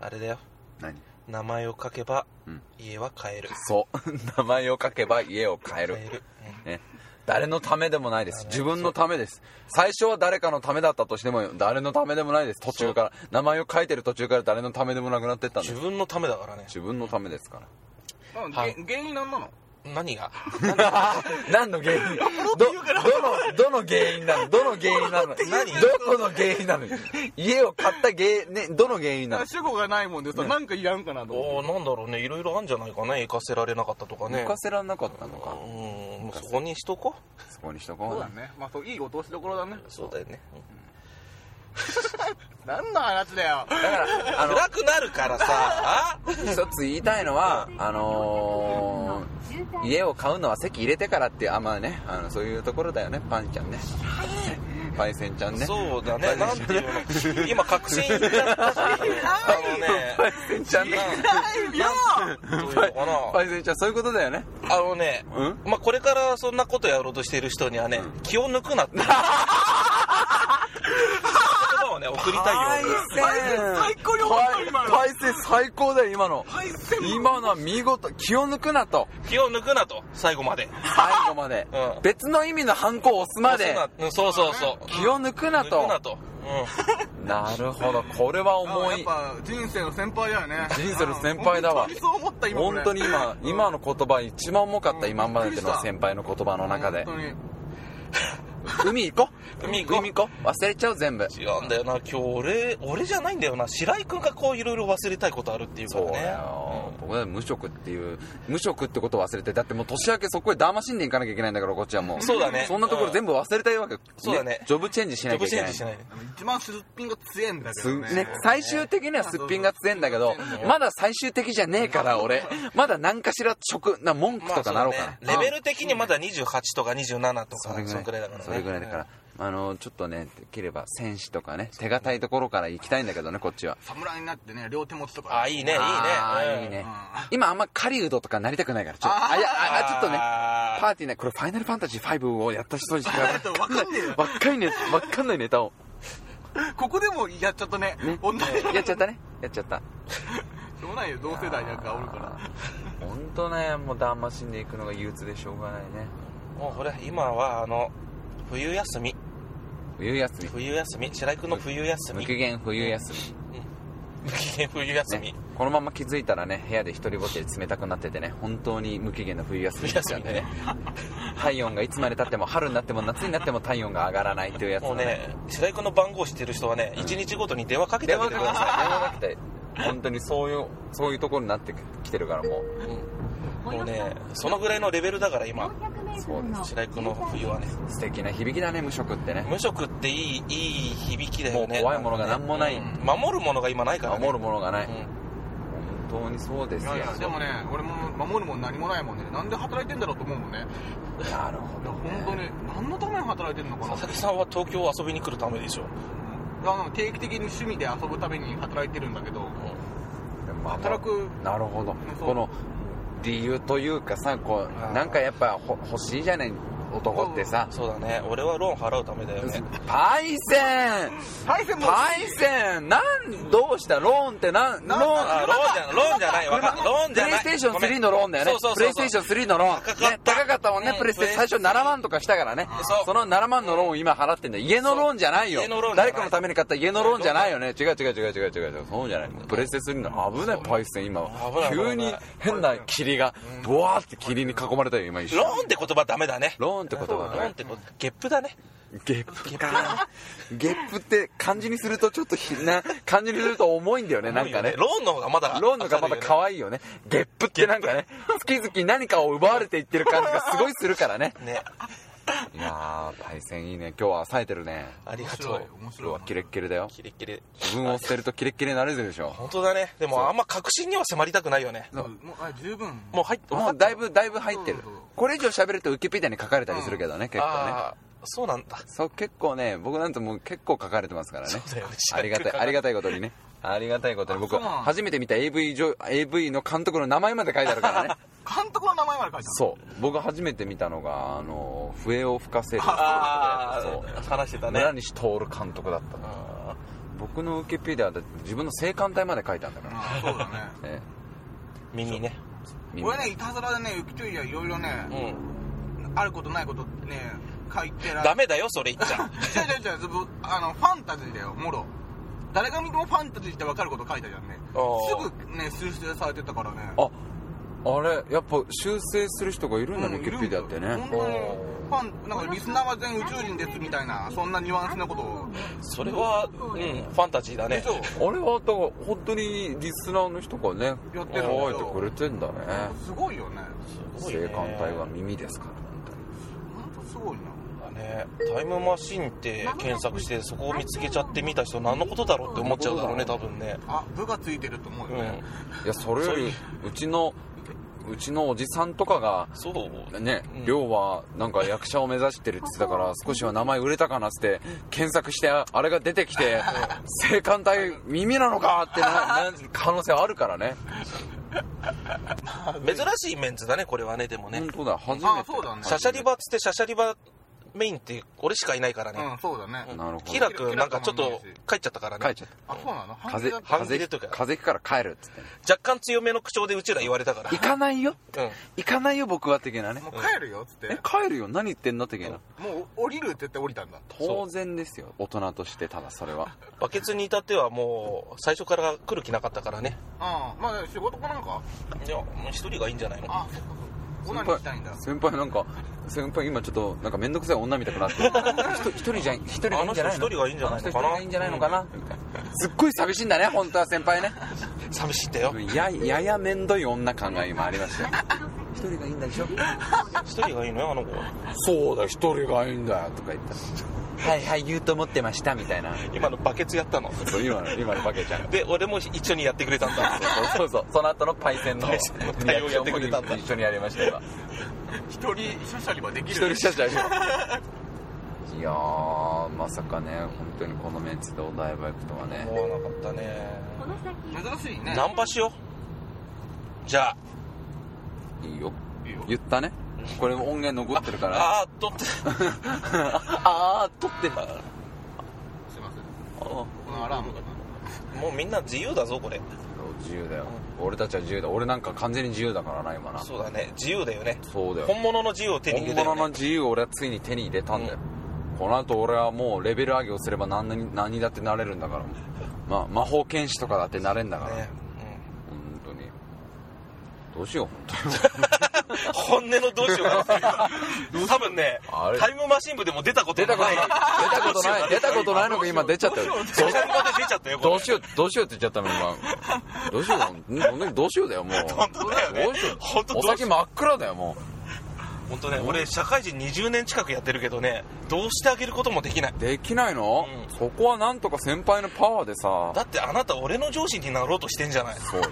S2: あれだよ
S1: 何
S2: 名前を書けば
S1: うん
S2: 家は買える、
S1: そう 名前を書けば家を変える
S2: 買える、うん
S1: ね、誰のためでもないです自分のためです最初は誰かのためだったとしても誰のためでもないです途中から名前を書いてる途中から誰のためでもなくなってったんで
S2: 自
S1: す
S2: 分のためだからね
S1: 自分のためですから
S3: うんげ原因なんなの
S2: 何が
S1: 何の原因どどのどの原因なのどの原因なのど
S2: 何
S1: この原因なの家を買った原因、ね、どの原因なの
S3: 主語がないもんでさなんかいらんかなと思って
S2: おーなんだろうねいろいろあるんじゃないかね行かせられなかったとかね
S1: 浮かせられなかったの
S2: う
S1: か
S2: ーんもうそこにしとこう
S1: そこにしと
S3: そう
S1: こ
S3: だねまあそういいお通しどころだね
S2: そうだよね、
S3: 何の話だ よ
S1: うだからあの
S2: 暗くなるからさあ
S1: 一つ言いたいのはあのー家を買うのは席入れてからっていうあまあねあのそういうところだよねパンちゃんねパイセンちゃんね
S2: そうだねなんていうの今確信 になったし
S1: パイセンちゃんね
S2: あのねどういうのかな
S1: パイセンちゃんそういうことだよね
S2: あのね、
S1: うん
S2: まあ、これからそんなことやろうとしている人にはね、気を抜く なって。言葉をね、送りたいよ。
S1: パイセン
S3: 最高に面白い今の
S1: パイセン最高だよ今の今のは見事気を抜くなと
S2: 気を抜くなと、最後まで。
S1: 最後まで
S2: うん
S1: 別の意味のハンコを押すまで
S2: うんそうそうそう。
S1: 気を抜くな
S2: 抜く
S1: と
S2: なと。
S1: なるほどこれは
S3: あ
S1: 重
S3: やっ
S1: い
S3: ぱ人生の先輩だよね
S1: 人生の先輩だわ
S3: 本当にそう思った今
S1: 本当に今今の言葉一番重かった
S3: うん
S1: 今までの先輩の言葉の中で
S3: 本当に
S1: 海行こう
S2: 海行こう
S1: 忘れちゃう全部
S2: うん。違うんだよな、今日俺、俺じゃないんだよな。白井くんがこういろいろ忘れたいことあるっていうか
S1: そ
S2: ら
S1: う
S2: ね。
S1: だよ僕は無職っていう無職ってことを忘れてだってもう年明けそこへだましんでいかなきゃいけないんだからこっちはもう
S2: そうだね
S1: そんなところ全部忘れたいわけ
S2: そうだね
S1: ジョブチェンジし
S2: ジョ
S1: なきゃ
S2: ブ
S1: い
S2: チ
S1: け
S2: ェン
S1: ない
S2: ジしないで。
S3: 一番すっぴんが強いんだけ
S1: す
S3: ど
S1: ね
S3: ね、
S1: 最終的にはすっぴんが強いんだけどまだ最終的じゃねえから俺まだ何かしら職な文句とかなろうかな、
S2: まあそうねレベル的にまだ28とか27とか、
S1: それぐ
S2: そ
S1: ら
S2: の
S1: い
S2: くらいだからね。
S1: それぐらいだから、あのちょっとねできれば戦士とかね手堅いところから行きたいんだけどねこっちは
S3: 侍になってね両手持ちとか
S2: あいいね、いいね。
S1: あー
S2: うん
S1: いいね
S3: う
S1: 今あんま狩人とかなりたくないからちょっとあいやああちょっとね
S2: あー
S1: パーティーねこれ「ファイナルファンタジー5」をやった人にしか
S3: だってわかんねえよ
S1: わかんねえわかんないネタを
S3: ここでもやっちゃったね
S1: ね
S3: 同じし
S1: やっちゃったねやっちゃった
S3: ょうがないよ同世代なんかおるから
S1: 本当ねもうだましんでいくのが憂鬱でしょうがないね
S2: もうこれ今はあの冬休み
S1: 冬休み
S2: 冬休み白井君の冬休み
S1: 無期限冬休み
S2: うん無期限 冬休み、
S1: ね、このまま気づいたらね部屋で一人ぼっちで冷たくなっててね本当に無期限の冬休みになっちゃうんでね体温がいつまでたっても春になっても夏になっても体温が上がらないというやつ
S2: も
S1: の
S2: う
S1: ね
S2: ね白井君の番号知ってる人はね、1日ごとに電話かけて
S1: 電
S2: あげ
S1: 話
S2: て
S1: か
S2: く
S1: けな
S2: ださ
S1: さい電話かけて本当にそういうそういうところになってきてるからもう
S2: い、うんもうねそのぐらいのレベルだから今
S1: そうで
S2: 白井君の冬はね
S1: 素敵な響きだね無職ってね
S2: 無職っていいいい響きだよね
S1: もう怖いものが何もない
S2: うん守るものが今ないから、ね、
S1: 守るものがない、
S2: うん
S1: 本当にそうです
S3: い
S1: よ
S3: やいやでもね俺も守るもん何もないもんねなんで働いてんだろうと思うもんね
S1: なるほ
S3: いや
S1: どね、
S3: 本当に何のために働いてるのかな
S2: 佐々木さんは東京を遊びに来るためでしょ、
S3: うんあの定期的に趣味で遊ぶために働いてるんだけど
S1: まあ
S3: 働く
S1: なるほど
S3: そう
S1: この理由というかさこ
S2: あー
S1: うなんかやっぱほ欲しいじゃない男ってさ
S2: そうだね俺はローン払うためだよね
S1: パイセン
S3: 大変も
S1: パイセンなんどうしたローンってなんロ
S3: なん
S1: ーン
S2: あローンじゃローンじゃないわかんないローン
S1: プ
S2: じゃ
S1: レイ
S2: ない
S1: ステーション
S2: ごめん
S1: 3のローンだよね
S2: そうそうそう
S1: プレイステーション3のローン
S2: 高かった
S1: ね高かったもんね、
S2: うん
S1: プレステ最初7万とかしたからね
S2: そう
S1: の7万のローンを今払ってんだよ家のローンじゃないよ
S2: そう家のローンじゃない
S1: 誰かのために買った家のローンじゃないよね違う違う違う違う違う違うそうじゃないプレイステ3の危ないパイセン今
S2: 危ない危ない
S1: 急に変な霧がボワーって霧に囲まれたよ今一
S2: ロ
S1: 瞬
S2: ーンって言葉ダメだね
S1: ローンって言葉
S2: ロ
S1: だね
S2: ーンってことゲップだね
S1: ゲップかゲップって漢字にするとちょっとひな漢字にすると重いんだよねなんかね
S2: ローンの方がまだ
S1: ローンのがまだ可愛いよね。ゲップってなんかね、月々何かを奪われていってる感じがすごいするからね。
S2: いね
S1: いやー、パイセンいいね。今日は冴えてるね。
S2: ありが
S3: 面
S2: と
S3: 白いう面
S1: 今日
S3: 白
S1: はいキレッキレだよ。
S2: キレッキレ
S1: 自分を捨てるとキレッキレになれるでしょ。
S2: 本当だねでもあんま確信には迫りたくないよね
S3: そうもうあ十分
S2: もう入って
S1: もうだいぶ、だいぶ入ってる
S3: そうそうそう。
S1: これ以上喋るとウキペディアに書かれたりするけどね、結構ね。
S2: ああそうなんだ
S1: そう、結構ね、僕なんてもう結構書かれてますからね。
S2: そうだ よ
S1: ありがたい、ありがたいことにね。ありがたいことに僕
S3: あそうなの
S1: 初めて見た AV 女 AV の監督の名前まで書いてあるからね
S3: 監督の名前まで書いて
S1: そう僕初めて見たのがあの笛を吹かせる
S2: あ
S1: そう
S2: あ話してたね
S1: 村西徹監督だったの
S2: あ
S1: 僕の受けピーダーだって自分の性感帯まで書いたんだから、
S3: あるうんそうだね
S1: え
S2: ー耳ね
S1: え
S3: 俺ねいたずらでね浮きといやいろいろね
S2: うん
S3: あることないことね書いてら
S2: ダメだよそれ言っちゃ
S3: 違う違う違うずぶあのファンタジーだよもろ誰が見てもファンタジーって分かること書いたじゃんね
S2: あー
S3: すぐね修正されてたからね
S1: ああれやっぱ修正する人がいるんだね
S3: うん
S1: 受けピーダーって
S3: いる
S1: ね
S3: んだよ本当にファンなんかリスナーは全宇宙人ですみたいなそんなニュアンスなことを
S2: それはうんファンタジーだね
S3: そう
S1: あれはだから本当にリスナーの人がね
S3: やってるんだ
S1: 乾
S3: よ
S1: いてくれてんだね
S3: すごいよね
S2: すごい
S1: 性
S2: ね
S1: 感帯は耳ですから本当に
S3: 本当すごいな
S2: だねタイムマシンって検索してそこを見つけちゃって見た人何のことだろうって思っちゃうだろうね多分ね
S3: あ部がついてると思う
S2: う
S3: よね
S2: ん、
S1: いやそれよりうちのうちのおじさんとかが
S2: そう
S1: ね
S2: うん、
S1: 亮はなんか役者を目指してるって言ってたから少しは名前売れたかなっつって検索してあれが出てきて性感帯耳なのかってなな可能性あるからね
S2: 珍しいメンツだねこれはねでもね、
S1: 本当だ初めて
S3: あそうだね
S2: シャシャリバっつってシャシャリバメインって俺しかいないからね、
S3: うんそうだね
S1: なるほど
S2: キラ君なんかちょっと帰っちゃったからね
S1: 帰っちゃった
S3: あそうなの反
S1: 風
S3: 対だ
S1: 邪
S3: った
S1: 風邪
S2: 半切れとか
S1: 風邪ひくから帰るっつって
S2: 若干強めの口調でうちら言われたから
S1: 行かないよ
S2: うん
S1: 行かないよ僕は的なね
S3: もう帰るよっつって
S1: え帰るよ何言ってんの的な
S3: もう降りるって言って降りたんだ
S1: 当然ですよ大人としてただそれは
S2: バケツに至ってはもう最初から来る気なかったからね
S3: うんまあ仕事かなんか
S2: いやもう一人がいいんじゃないの
S3: あそっかそっかオナニーしたいんだ
S1: 先輩なんか先輩今ちょっとなんか面倒くさい女みたくな ってる一人一人じゃ一人がいいんじゃないの
S2: あの人一人がいいんじゃないのか
S1: あ人
S2: な
S1: 一人がいいんじゃないのかなみたいなすっごい寂しいんだね本当は先輩ね
S2: 寂しいんだよ
S1: やややめんどい女感が今ありましたよ一人がいいんだでしょ
S2: 一人がいいのよあの子
S1: そうだ一人がいいんだよとか言ったらはいはい言うと思ってましたみたいな
S2: 今のバケツやったの
S1: そう今の今のバケちゃんが
S2: で俺も一緒にやってくれたんだ
S1: そうそうそうその後のパイセンの
S2: パイセンの対応やってくれたん
S1: リ
S2: だ
S1: アクションも一緒にやりました今
S3: 一人シャシャリバできる
S1: 一人しゃしゃいいやーまさかね本当にこのメンツでお台場行くとはね
S2: 思わなかったね
S3: 珍しいね
S2: ナンパしようじゃあ
S1: いいよ
S3: いいよ
S1: 言ったねこれ音源残ってるから
S2: あーっとって
S1: ああー撮ってた
S3: すいませんこのアラームが
S2: もうみんな自由だぞこれ
S1: 自由だよ俺たちは自由だ俺なんか完全に自由だからな今な
S2: そうだね自由だよね
S1: そうだよ
S2: 本物の自由を手に入れ
S1: 本
S2: たよ、
S1: 物
S2: ね
S1: の、自由を俺はついに手に入れたんだよこの後俺はもうレベル上げをすれば何に何にだってなれるんだから、まあ、魔法剣士とかだってなれんだから、
S2: ね
S1: 本当にどうしよう本当に
S2: うん 本音のどうしようかな多分ね
S1: あれ
S2: タイムマシン部でも出たこと
S1: 出た
S2: の
S1: こと
S2: な
S1: ないい出たことない 出たことないのが今出ちゃったよ
S2: その場で出ちゃったよ
S1: ど
S2: こ
S1: うしようどうしようって言っちゃったの今どうしよう本当にどうしようだよもう
S2: 本当だよね
S1: どうしよう
S2: 本当
S1: お
S2: どうしよう
S1: 先真っ暗だよも
S2: れ本当ね俺社会人20年近くやってるけどねどうしてあげることもできないう
S1: できないの、
S2: うん
S1: そこはなんとか先輩のパワーでさ
S2: だってあなた俺の上司になろうとしてんじゃない
S1: そう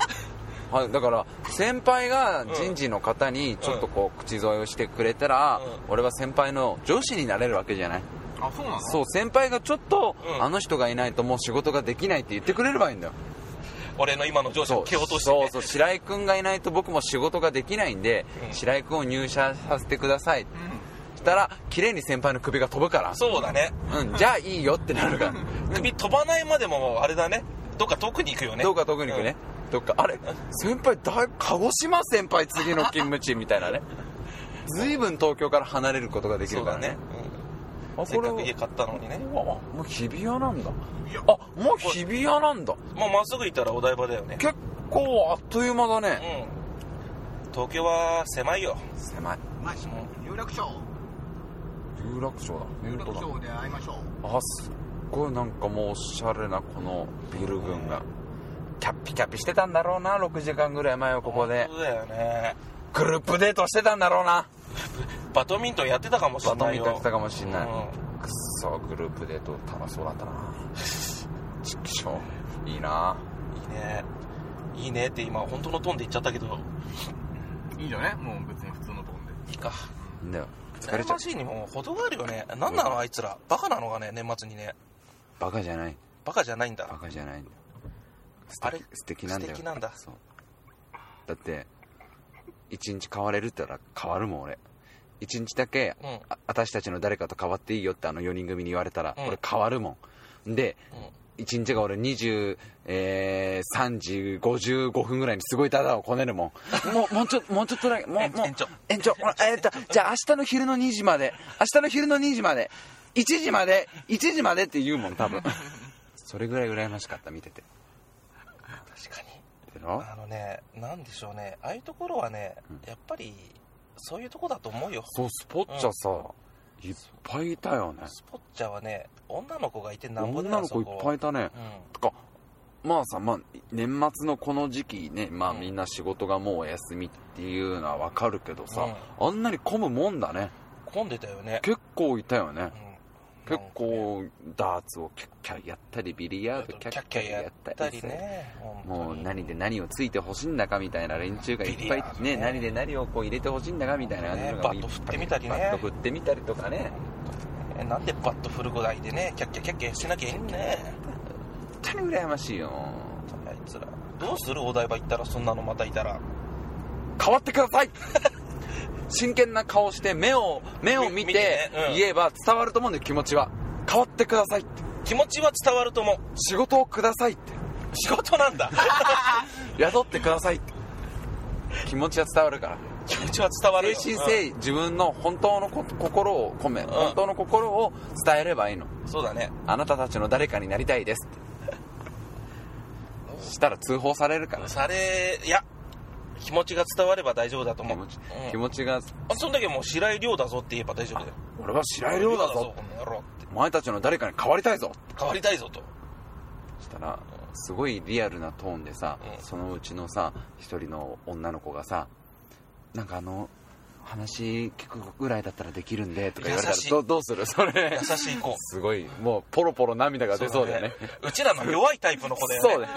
S1: はい、だから先輩が人事の方にちょっとこう口添えをしてくれたら、
S2: う
S1: 俺は先輩の上司になれるわけじゃない、
S3: あそうなの
S1: そう先輩がちょっと、
S2: うん
S1: あの人がいないともう仕事ができないって言ってくれればいいんだよ
S2: 俺の今の上司
S1: そ
S2: を
S1: う
S2: 蹴落として、
S1: そう
S2: ね、
S1: そう白井君がいないと僕も仕事ができないんで、
S2: うん
S1: 白井君を入社させてくださいって
S3: う
S1: したら綺麗に先輩の首が飛ぶから
S2: そうだね
S1: うん、じゃあいいよってなるから
S2: 首飛ばないまでもあれだねどっか遠くに行くよね
S1: どうか特に行くね、どっかあれ先輩だい鹿児島先輩次の勤務地みたいなね随分東京から離れることができ
S2: そ
S1: る
S2: う
S1: か
S2: だ
S1: らね
S2: ね、うん、
S1: あ
S2: せっ
S1: これ
S2: か
S1: は
S2: く家買ったのにね
S1: うわもう日比谷なんだ
S3: んいや
S1: あもう日比谷なんだ
S2: もうまっすぐ行ったらお台場だよね
S1: 結構あっという間だ
S2: う
S1: ね、
S2: ん東京は狭いよ
S1: 狭い
S3: マジ有楽町
S1: 有楽町だ
S3: 有楽
S1: 本当
S3: 町で会いましょう
S1: だあすっごいなんかもうおしゃれなこのビル群がキャッピキャピしてたんだろうな6時間ぐらい前はここで
S2: そうだよね
S1: グループデートしてたんだろうな
S2: バドミントンやってたかもしれ
S1: バト
S2: ない
S1: ミン
S2: よ
S1: トンやってたかもしんない、
S2: う
S1: くっそグループデート楽しそうだったなちくしょういいなん
S2: いいねいいねって今本当のトーンで言っちゃったけど
S3: いいじゃねもう別に普通のとこで
S2: いいか
S1: なんだよ疲れ
S2: 羨
S1: ちゃう
S2: ましいにも程があるよねなんなのあいつらバカなのがね年末にね
S1: バカじゃない
S2: バカじゃないんだ
S1: バカじゃないんだよ素敵
S2: あれ
S1: 素敵なんだよ
S2: 素敵なんだ
S1: そうだって一日変われるって言ったら変わるもん俺一日だけ、
S2: うん
S1: あ私たちの誰かと変わっていいよってあの4人組に言われたら、
S2: うん
S1: 俺変わるもんで
S2: うん
S1: 一日が俺23、えー3時55分ぐらいにすごいダダをこねるもん もうもうちょもうちょっとだけもう
S2: 延
S1: もう
S2: 延長
S1: 延長ほらえーっとじゃあ明日の昼の2時まで明日の昼の2時まで1時まで1時までって言うもん 多分それぐらい羨ましかった見てて
S2: 確かに
S1: でろ
S2: あのね、なんでしょうね、ああいうところはね、やっぱりそういうとこだと思うよ。
S1: そうスポッチャさ、いっぱいいたよね
S2: スポッチャはね、女の子がいてなんぼだ
S1: 女
S2: よ
S1: の子いっぱいい。たね
S2: そこ
S1: とか
S2: は
S1: まあさ、まあ、年末のこの時期ね、まあ、
S2: うん
S1: みんな仕事がもうお休みっていうのはわかるけどさ、
S2: う
S1: あんなに混むもんだね
S2: うん、混んでたよね。
S1: 結構いたよね
S2: うん
S1: 結構ダーツをキャッキャやったりビリヤ
S2: なん
S1: ー
S2: か
S1: ド
S2: ね
S1: キャ
S2: キャ
S1: ッ
S2: ッ
S1: キ
S2: キ
S1: ャ
S2: ャ
S1: や
S2: や
S1: っ
S2: ったた
S1: り
S2: り
S1: ね
S2: ね。本当に
S1: もう何で何をついてほしいんだかみたいな連中がいっぱい
S2: ビリ
S1: ね
S2: ヤードね
S1: 何で何をこう入れてほしいんだかみたいな
S2: ね
S1: のが
S2: バット振ってみたりね
S1: バット振ってみたりとかね
S2: えなんでバットフルご台でね、キャッキャキャッキャしなきゃいいんね。
S1: 本当に羨ましいよ
S2: あいつら。どうするお台場行ったらそんなのまたいたら。
S1: 変わってください真剣な顔して目を目を見
S2: み見て
S1: て
S2: ねうん
S1: 言えば伝わると思うんだよ気持ちは変わってくださいって
S2: 気持ちは伝わると思う。
S1: 仕事をくださいって
S2: 仕事な んだ。
S1: 雇ってくださいって気持ちは伝わるから
S2: 気持ちは伝わる
S1: 精
S2: よ。
S1: 神誠意、自分の本当のこ心を込め、
S2: ん
S1: 本当の心を伝えればいいの
S2: うんそうだね。
S1: あなたたちの誰かになりたいですってしたら通報されるから
S2: されいや気持ちが伝われば大丈夫だと思
S1: 気
S2: う
S1: 持ち,、
S2: うん
S1: 気持ちが
S2: あそんだけもう白井亮だぞって言えば大丈夫だよ
S1: 俺は白井亮だぞ
S2: この野郎って
S1: お前たちの誰かに変わりたいぞ
S2: 変わりたいぞと
S1: したらすごいリアルなトーンでさ、
S2: うん
S1: そのうちのさ一人の女の子がさなんかあの話聞くぐらいだったらできるんでとか言われたら
S2: 優しい
S1: どどうするそれ
S2: 優しい子
S1: すごいもうポロポロ涙が出そうだよね
S2: そうだねうちらの弱いタイプの子だよね
S1: そうだ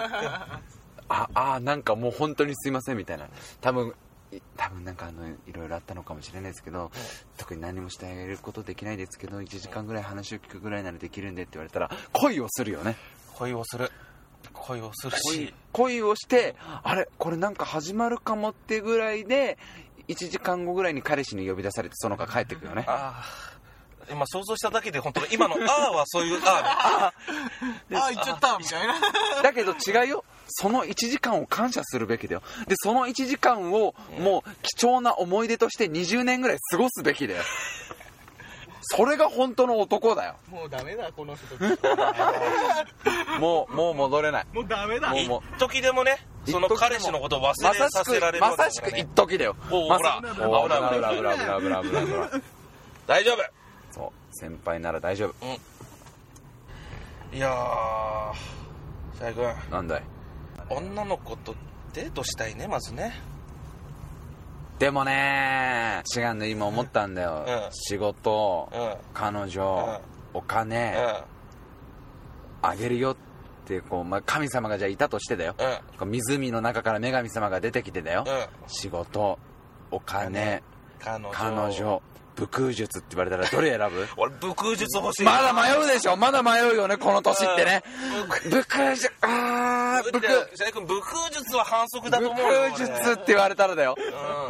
S1: ああなんかもう本当にすいませんみたいな多分い多分なんかあのいろいろあったのかもしれないですけど、特に何もしてあげることできないですけど1時間ぐらい話を聞くぐらいならできるんでって言われたら恋をするよね
S2: 恋をする恋をする
S1: 恋
S2: し
S1: 恋をしてあれこれなんか始まるかもってぐらいで1時間後ぐらいに彼氏に呼び出されてその子が帰ってくよね
S2: ああ今想像しただけで本当に今の「ああ」はそういう「ああ
S3: あ行っちゃったみたいな
S1: だけど違うよその1時間を感謝するべきだよでその1時間をもう貴重な思い出として20年ぐらい過ごすべきだよそれが本当の男だよ
S3: もうダメだこの人
S1: もうもう戻れない
S3: もうダメだ
S1: もう
S2: 一時でもねその彼氏のことを忘
S1: ま
S2: れ
S1: さ
S2: さ
S1: し
S2: せられ
S1: く
S2: るわ
S1: ま
S2: けだ
S1: さし
S2: か
S1: く
S2: ら
S1: 一
S2: ね
S1: 時だよ
S2: おう
S1: ま
S2: ほ
S1: さ
S2: ら
S1: おう
S2: 危ない
S1: 危ない危ない危ない危ない危ない危ない危ない
S2: 大丈夫
S1: そう先輩なら大丈夫
S2: いやーシャイ君
S1: なんだい
S2: 女の子とデートしたいねまずね
S1: でもね違うんだよ今思ったんだよ、
S2: うん
S1: 仕事、
S2: うんうん
S1: 彼女、お金、あげるよってこう、まあ、神様がじゃあいたとしてだよ、
S2: うん
S1: こう湖の中から女神様が出てきてだよ、
S2: うん
S1: 仕事お金、
S2: 彼女
S1: 彼女武空術って言われたらどれ選ぶ
S2: 俺武空術欲しい
S1: まだ迷うでしょまだ迷うよねこの年ってね武空術あー武空
S2: シャイ君武空術は反則だと
S1: 武
S2: 思うよ
S1: 空術って言われたらだよ、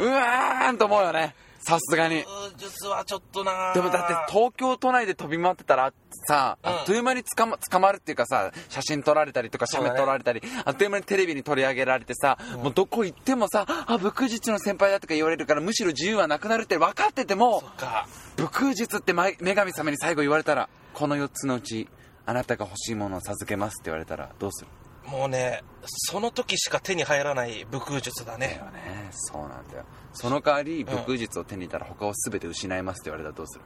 S1: う
S2: うん
S1: わーんと思うよねさすがに
S2: 武空術はちょっとな
S1: でもだって東京都内で飛び回ってたらさ
S2: うん
S1: あっという間に捕ま捕まるっていうかさ写真撮られたりとか写
S2: そうだ
S1: メ
S2: ね
S1: 撮られたり、あっという間にテレビに取り上げられてさ、もうどこ行ってもさあ武空術の先輩だとか言われるからむしろ自由はなくなるって分かってても
S2: そっか
S1: 武空術ってまい女神様に最後言われたらこの4つのうちあなたが欲しいものを授けますって言われたらどうする
S2: もうねその時しか手に入らない武空術だ
S1: だ
S2: ね
S1: よねそうなんだよその代わり武空術を手に入れたら他を全て失いますって言われたらどうする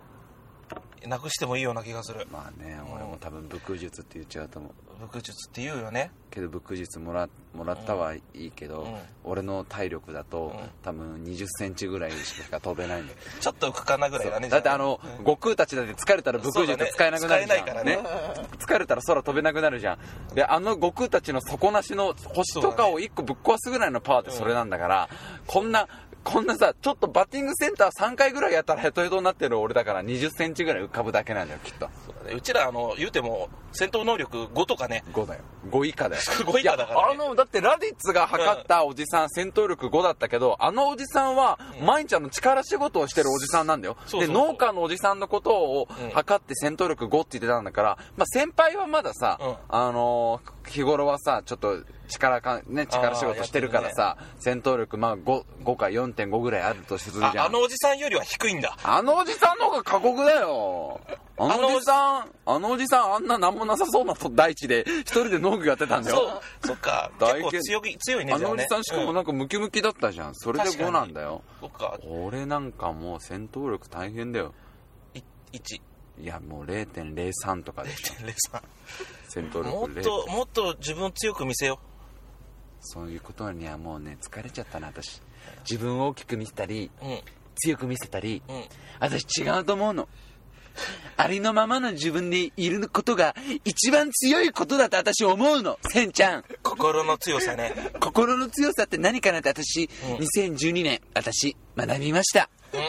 S2: なくしてもいいような気がする
S1: まあね俺も多分武空術って言っちゃうと思う
S2: 武空術って言うよね
S1: けど僕術もらもらったはいいけど、
S2: うん
S1: 俺の体力だと、
S2: うん
S1: 多分2 0センチぐらいしか飛べないんだよ
S2: ちょっと浮くかなぐらいだね
S1: だってあの、悟空たちだって疲れたら武空
S2: そう
S1: 術
S2: だね
S1: 使えなくなるじゃん、
S2: 使えないからね
S1: 疲れたら空飛べなくなるじゃんであの悟空たちの底なしの星とかを1個ぶっ壊すぐらいのパワーってそれなんだから、こんなこんなさちょっとバッティングセンター3回ぐらいやったらヘトヘトになってる俺だから2 0センチぐらい浮かぶだけなんだよきっと
S2: そうだねうちらあの言うても戦闘能力5とかね
S1: 5だよ5以下 だよ
S2: 5以下だから、ね、
S1: いやあのだってラディッツが測ったおじさん、戦闘力5だったけどあのおじさんは毎日あの力仕事をしてるおじさんなんだよ
S2: そうそ
S1: で
S2: うそう
S1: 農家のおじさんのことを
S2: うん
S1: 測って戦闘力5って言ってたんだから、まあ、先輩はまださ、
S2: うん
S1: あのー日頃はさちょっと力かん、ね、力仕事してるからさ、戦闘力まあ 5, 5か4.5ぐらいあるとするじゃん
S2: ああのおじさんよりは低いんだ
S1: あのおじさんの方が過酷だよ。あのおじさん、あのおじさんあんななんもなさそうなと大地で一人で農具やってたんだ
S2: そ
S1: よ。
S2: うそっか
S1: 大
S2: 結構
S1: 変
S2: 強い強いね
S1: あ
S2: じゃ
S1: の
S2: あ
S1: おじ
S2: ね
S1: さんしかも
S2: な
S1: なんかムキムキだったじゃん。それで5なんだよ。
S2: そっか
S1: 俺なんかもう戦闘力大変だよ。
S2: 1
S1: いやもう0.03とかで しょ戦闘力
S2: もっ
S1: 0
S2: ともっと自分を強く見せよ
S1: そういうことにはもうね疲れちゃったな私自分を大きく見せたり
S2: ううん
S1: 強く見せたり
S2: うん
S1: 私違うと思うの ありのままの自分でいることが一番強いことだと私思うのせんちゃん
S2: 心の強さ ね
S1: 心の強さって何かなって私、
S2: うん
S1: 2012年私学びました
S2: うん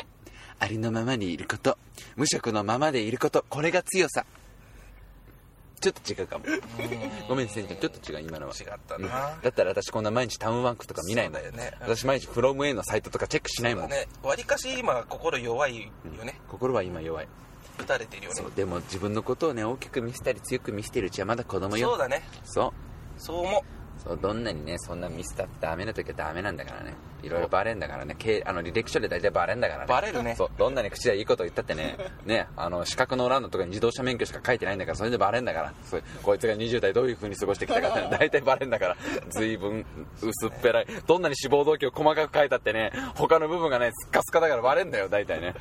S1: ありのままにいること無職のままでいることこれが強さちょっと違うかもごめんせんちゃんちょっと違う今のは
S2: 違ったな
S1: うんだったら私こんな毎日タウンワンクとか見ないもん
S2: そうだよね
S1: 私毎日フロム A のサイトとかチェックしないもん、
S2: ねわりかし今心弱いよね
S1: 心は今弱い
S2: 打たれてるよね
S1: そうでも自分のことをね大きく見せたり強く見せてるうちはまだ子供よ
S2: そうだね
S1: そう
S2: そう思
S1: そうどんなにねそんなミスだってダメな時はダメなんだからねいろいろバレんだからねけいあの履歴書で大体バレんだからね
S2: バレるね
S1: そうどんなに口でいいこと言ったって ねねあの資格の欄のとかに自動車免許しか書いてないんだからそれでバレんだからそうこいつが20代どういう風に過ごしてきたかって ね大体バレんだから随分薄っぺらいどんなに志望動機を細かく書いたってね他の部分がねスカスカだからバレんだよ大体ね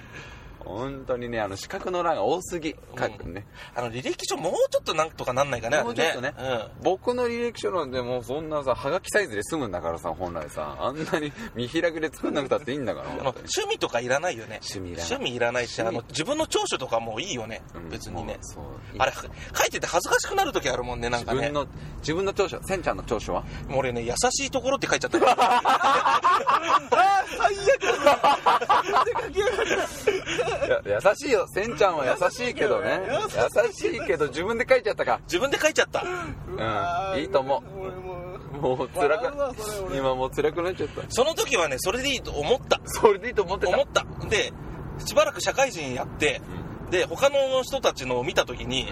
S1: 本当にねあの資格の欄が多すぎ書くね、
S2: うあの履歴書もうちょっとなんとかなんないかねあれ
S1: もうちょっとね、
S2: うん
S1: 僕の履歴書なんてもうそんなさはがきサイズで済むんだからさ本来さあんなに見開きで作んなくたっていいんだから
S2: あの
S1: 本当に
S2: 趣味とかいらないよね
S1: 趣味いらない
S2: いらないしあの
S1: 趣
S2: 自分の長所とかもいいよね、
S1: うん
S2: 別に
S1: もう
S2: ね
S1: そう
S2: あれ書いてて恥ずかしくなる時あるもんねなん
S1: 自
S2: かね
S1: 分の自分の長所せんちゃんの長所は
S2: もう俺ね優しいところって書いちゃったから
S1: 優しいよせんちゃんは優しいけどね優しいけど自分で書いちゃったか
S2: 自分で書いちゃった
S1: うんいいと思
S3: う俺もう
S1: うもう辛
S3: 笑うわそれ
S1: く
S3: 俺
S1: 今もう辛くなっちゃった
S2: その時はねそれでいいと思った
S1: それでいいと思ってた
S2: 思ったでしばらく社会人やって、で他の人たちのを見た時に、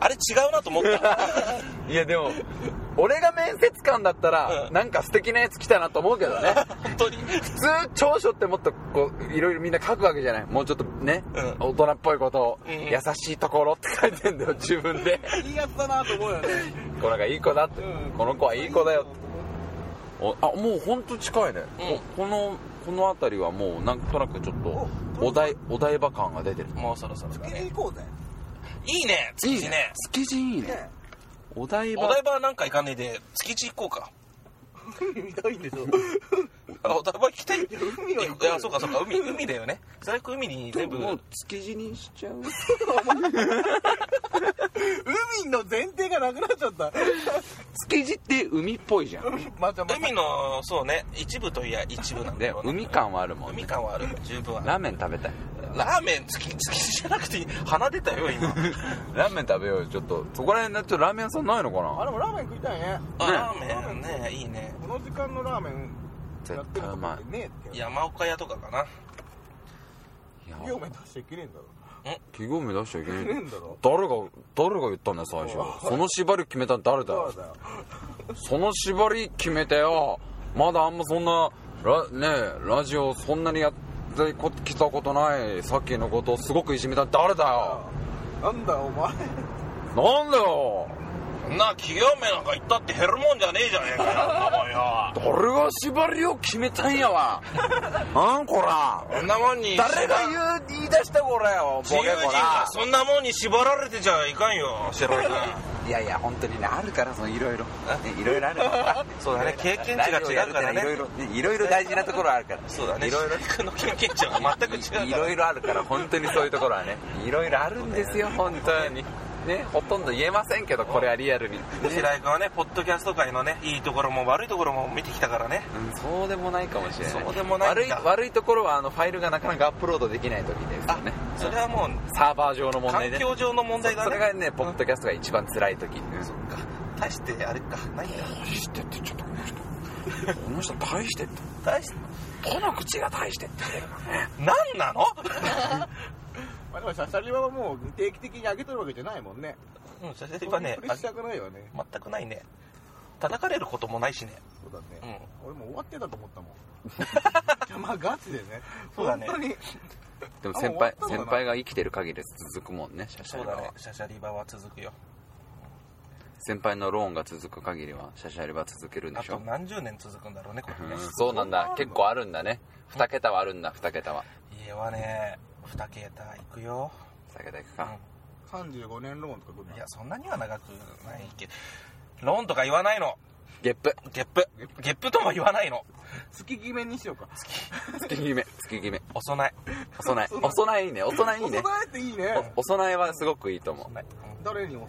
S2: あれ違うなと思 った。
S1: いやでも俺が面接官だったら、
S2: うん
S1: なんか素敵なやつ来たなと思うけどね
S2: 本当に。
S1: 普通長所ってもっとこういろいろみんな書くわけじゃないもうちょっとね、
S2: うん
S1: 大人っぽいことを、
S2: うん
S1: 優しいところって書いてんだよ自分で
S3: いいやつだなと思うよね。
S1: この子いい子だって、
S3: うん
S1: この子はいい子だよおあもうほんと近いね、
S2: うん
S1: ここのこの辺りはもうなんとなくちょっと
S3: お
S1: お台お台場感が出てる
S2: もうそろそろだ
S3: 次
S2: ね。
S3: に行こうぜ。
S2: いいね、築地ね。
S1: 築地いいね
S3: ね
S1: お台場
S2: お台場はなんか行かねえで、築地行こうか。
S3: 海見たいんでしょ。
S2: あ、お台場行きたい。い
S3: 海は行こうよ
S2: や、そうかそうか、海、海だよね。最悪海に全部。
S1: もう築地にしちゃう
S3: 海の前提がなくなっちゃった。
S1: 築地って海っぽいじゃん
S3: 海、またまた
S2: 海の、そうね、一部といや一部なんだ
S1: で
S2: よ、ね。
S1: 海感はあるもんね
S2: 海感はある。十分ある。
S1: ラーメン食べたい
S2: ラーメン、つき、つきじゃなくていい、鼻出た よ、今。
S1: ラーメン食べようよちょっとそこら辺だとラーメン屋さんないのか
S3: あ、
S1: な
S3: でもラーメン食いたいね。
S2: あ
S1: ね
S2: ラーメンね、いいね。
S3: この時間のラーメン、
S1: 絶
S3: やって
S1: 対う
S3: るとこ
S1: ま
S3: ってねえって。
S2: 山岡屋とかかな。
S1: いいや
S3: 両面出しちゃいけねえんだろ。
S1: 企業名出しちゃいけ
S3: いけ
S1: な
S3: ねえ
S1: い
S3: んだろ。
S1: 誰が誰が言ったんだよ最初その縛り決めたの誰だ
S3: そ
S1: よ
S3: うだよ。
S1: その縛り決めてよまだあんまそんなラ,、ねえ、ラジオそんなにやってこ来たことないさっきのことをすごくいじめたの誰だよ
S3: なんだよお前。
S1: なんだよ
S2: そんな企業名なんか言ったって減るもんじゃねえじゃねえかよ、あんなもんよ。
S1: 誰が縛りを決めたんやわ なんこら
S2: そんなもんに、
S1: 誰が
S2: う
S1: 言う言い出したこらよボ
S2: 自
S1: ケ
S2: 由人
S1: こ
S2: が
S1: ら
S2: そんなもんに縛られてちゃいかんよ、白井君。
S1: いやいや本当にねあるからそのいろいろねいろいろあるから
S2: そうだね、経験値
S1: ラ
S2: が
S1: ジオ
S2: 違
S1: や
S2: う
S1: る
S2: か
S1: から
S2: ら
S1: いろい
S2: ね。
S1: ろねいろいろ大事 なところあるから
S2: そうだね、
S1: いろいろ
S2: 白井君の経験値が全く違うから。
S1: いろいろあるから本当にそういうところはねいろいろあるんです よ本当にねほとんど言えませんけどこれはリアルに、ね
S2: 白井君はね、ポッドキャスト界のね、いいところも悪いところも見てきたからね。
S1: うんそうでもないかもしれない
S2: そうでもないん
S1: 悪い
S2: だ
S1: 悪いところはあのファイルがなかなかアップロードできない時ですよ
S2: あ
S1: ね、
S2: それはもう、
S1: サーバー上の問題で
S2: 環境上の問題だ
S1: そ
S2: ね。
S1: れがねポッドキャストが一番辛い時、そっか
S2: 大してあれかないんだ
S1: 大してってちょっとこの人この人大してって
S2: 大して
S1: どの口が大してって
S2: 何な の
S3: まあでもシャシャリバはもう定期的に上げとるわけじゃないもんね。
S2: うん写真はね
S3: プレッシャーがないよね。
S2: あ全くないね叩かれることもないしね
S3: そうだね。
S2: うん
S3: 俺もう終わってたと思ったもんいや まあガチでね
S2: そうだね
S3: 本当に
S1: でも
S3: あ
S1: 先
S3: もう終わっ
S1: 輩
S3: たのかな
S1: 先輩が生きてる限り続くもんねシャシャ
S2: そう
S1: リバ
S2: だ
S1: は、
S2: ねシャシャリバは続くよ
S1: 先輩のローンが続く限りはシャシャリバ続けるん
S2: あ
S1: でし
S2: と
S1: ょ
S2: 何十年続くんだろうねこれ
S1: う
S2: ね
S1: ん、そうなんだ結構あるんだね2桁はあるんだ2桁は
S2: 家はね2桁いくよ、
S1: 2桁いく
S2: う
S1: か、
S2: ん、
S3: 35年ローンとか組ん
S2: い
S3: だ
S2: やそんなには長くないけどローンとか言わないの
S1: ゲップ
S2: ゲップゲップとも言わないの
S3: 月決めにしようか
S1: 月決め月決め
S2: お供え
S1: お供えお供えいいねお供えいい
S3: お供
S1: ね
S3: えっていいね
S1: おお供えはすごくいいと
S2: お
S1: 思
S2: 供え
S3: 誰にお供
S2: うん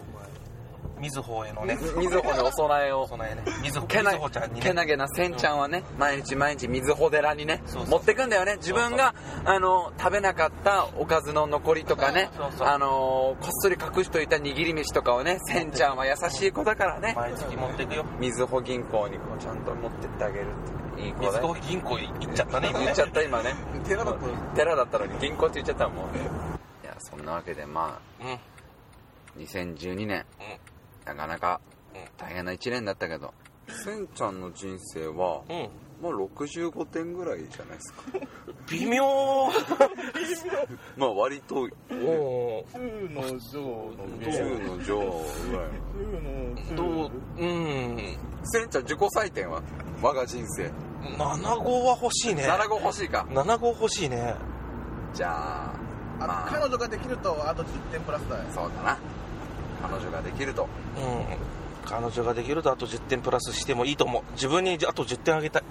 S2: みずほへのね
S1: うみ ずほにお供え
S2: お
S1: を
S2: 供えねみずほ
S1: け
S2: み
S1: な
S2: ずほちゃんにね
S1: けなげなせんちゃんはね毎日毎日水穂寺にね
S2: そうそう
S1: 持ってくんだよね自分があの食べなかったおかずの残りとかね
S2: そうそう
S1: あのこっそり隠しといた握り飯とかをねせんちゃんは優しい子だからね
S2: 毎月持ってくよ
S1: 水穂銀行にこうちゃんと持ってってあげるっていういい子
S2: 水
S1: だよ
S2: ほ銀行行っちゃったね今ね
S1: 言っちゃった今ね
S3: え寺だったら
S1: 寺だったのに銀行って言っちゃったもんねいやそんなわけでま
S2: うんうん
S1: あ2012年なかなか大変な1年だったけどせんちゃんの人生は
S2: うん
S1: まあ65点ぐらいじゃないですか
S2: 微妙
S1: まあ割と
S2: お
S3: 中の上
S1: 10の上ぐらい
S3: の上
S2: どううん
S1: せんちゃん自己採点は我が人生
S2: 7号は欲しいね
S1: 75欲しいか
S2: 7号欲しいね
S1: じゃあ
S3: あ
S1: ま
S3: 彼
S1: あ
S3: 女ができるとあと10点プラスだよ
S1: そうだな彼女ができると
S2: うん彼女ができるとあと10点プラスしてもいいと思う自分にあと10点あげたい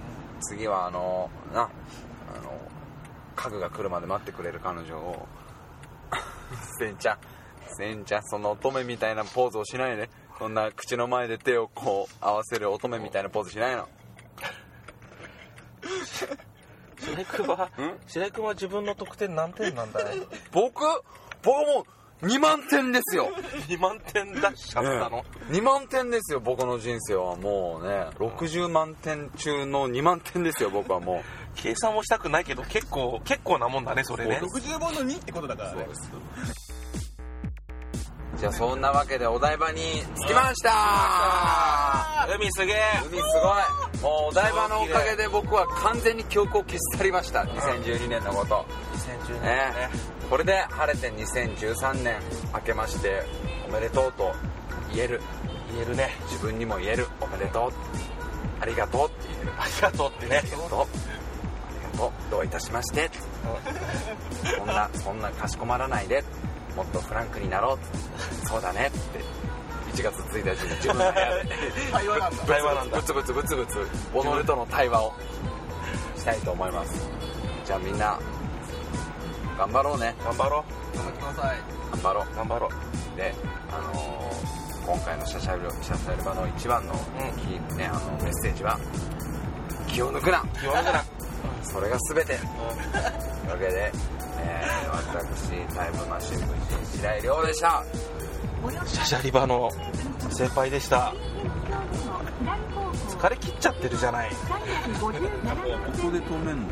S1: 次はあのなあの家具が来るまで待ってくれる彼女を せんちゃんせんちゃんその乙女みたいなポーズをしないでそんな口の前で手をこう合わせる乙女みたいなポーズしないの
S2: 白井君は
S1: ん
S2: 白井君は自分の得点何点なんだい
S1: 僕僕もう2万点ですよ
S2: 2万点出しちゃったの、
S1: 2万点ですよ僕の人生はもうね60万点中の2万点ですよ僕はも
S2: 計算もしたくないけど結構結構なもんだねそれね
S1: そう
S3: 60分の2ってことだからね
S1: うじじゃあそんなわけでお台場に着きました
S2: 海すげえ
S1: 海すごいもうお台場のおかげで僕は完全に記憶を消し去りました2012年のこと
S2: 2010年ね
S1: ねこれで晴れて2013年明けましておめでとうと言える
S2: 言えるね
S1: 自分にも言えるおめでとうありがとうって言える
S2: ありがとうってね
S1: ありがとうありがとうどういたしましてそんなそんなかしこまらないでもっとフランクになろうそうだねって1月1日に自分の部屋で
S3: 会話なんだ
S2: 対話なんだ
S1: ブツブツブツブツ己との対話をしたいと思いますじゃあみんな頑張ろうね
S2: 頑張ろ
S3: 頑張ってください
S1: 頑張ろう
S2: う頑張ろう
S1: で、あのー今回のシャシャルシャシャルバの一番の,、ね、あのメッセージは「気を抜くな
S2: 言わなくな
S1: それが全て」というわけで、えー私タイムマシン部員白井亮でした
S2: シャシャリバの先輩でした疲れ切っちゃってるじゃない
S4: ここで止めんの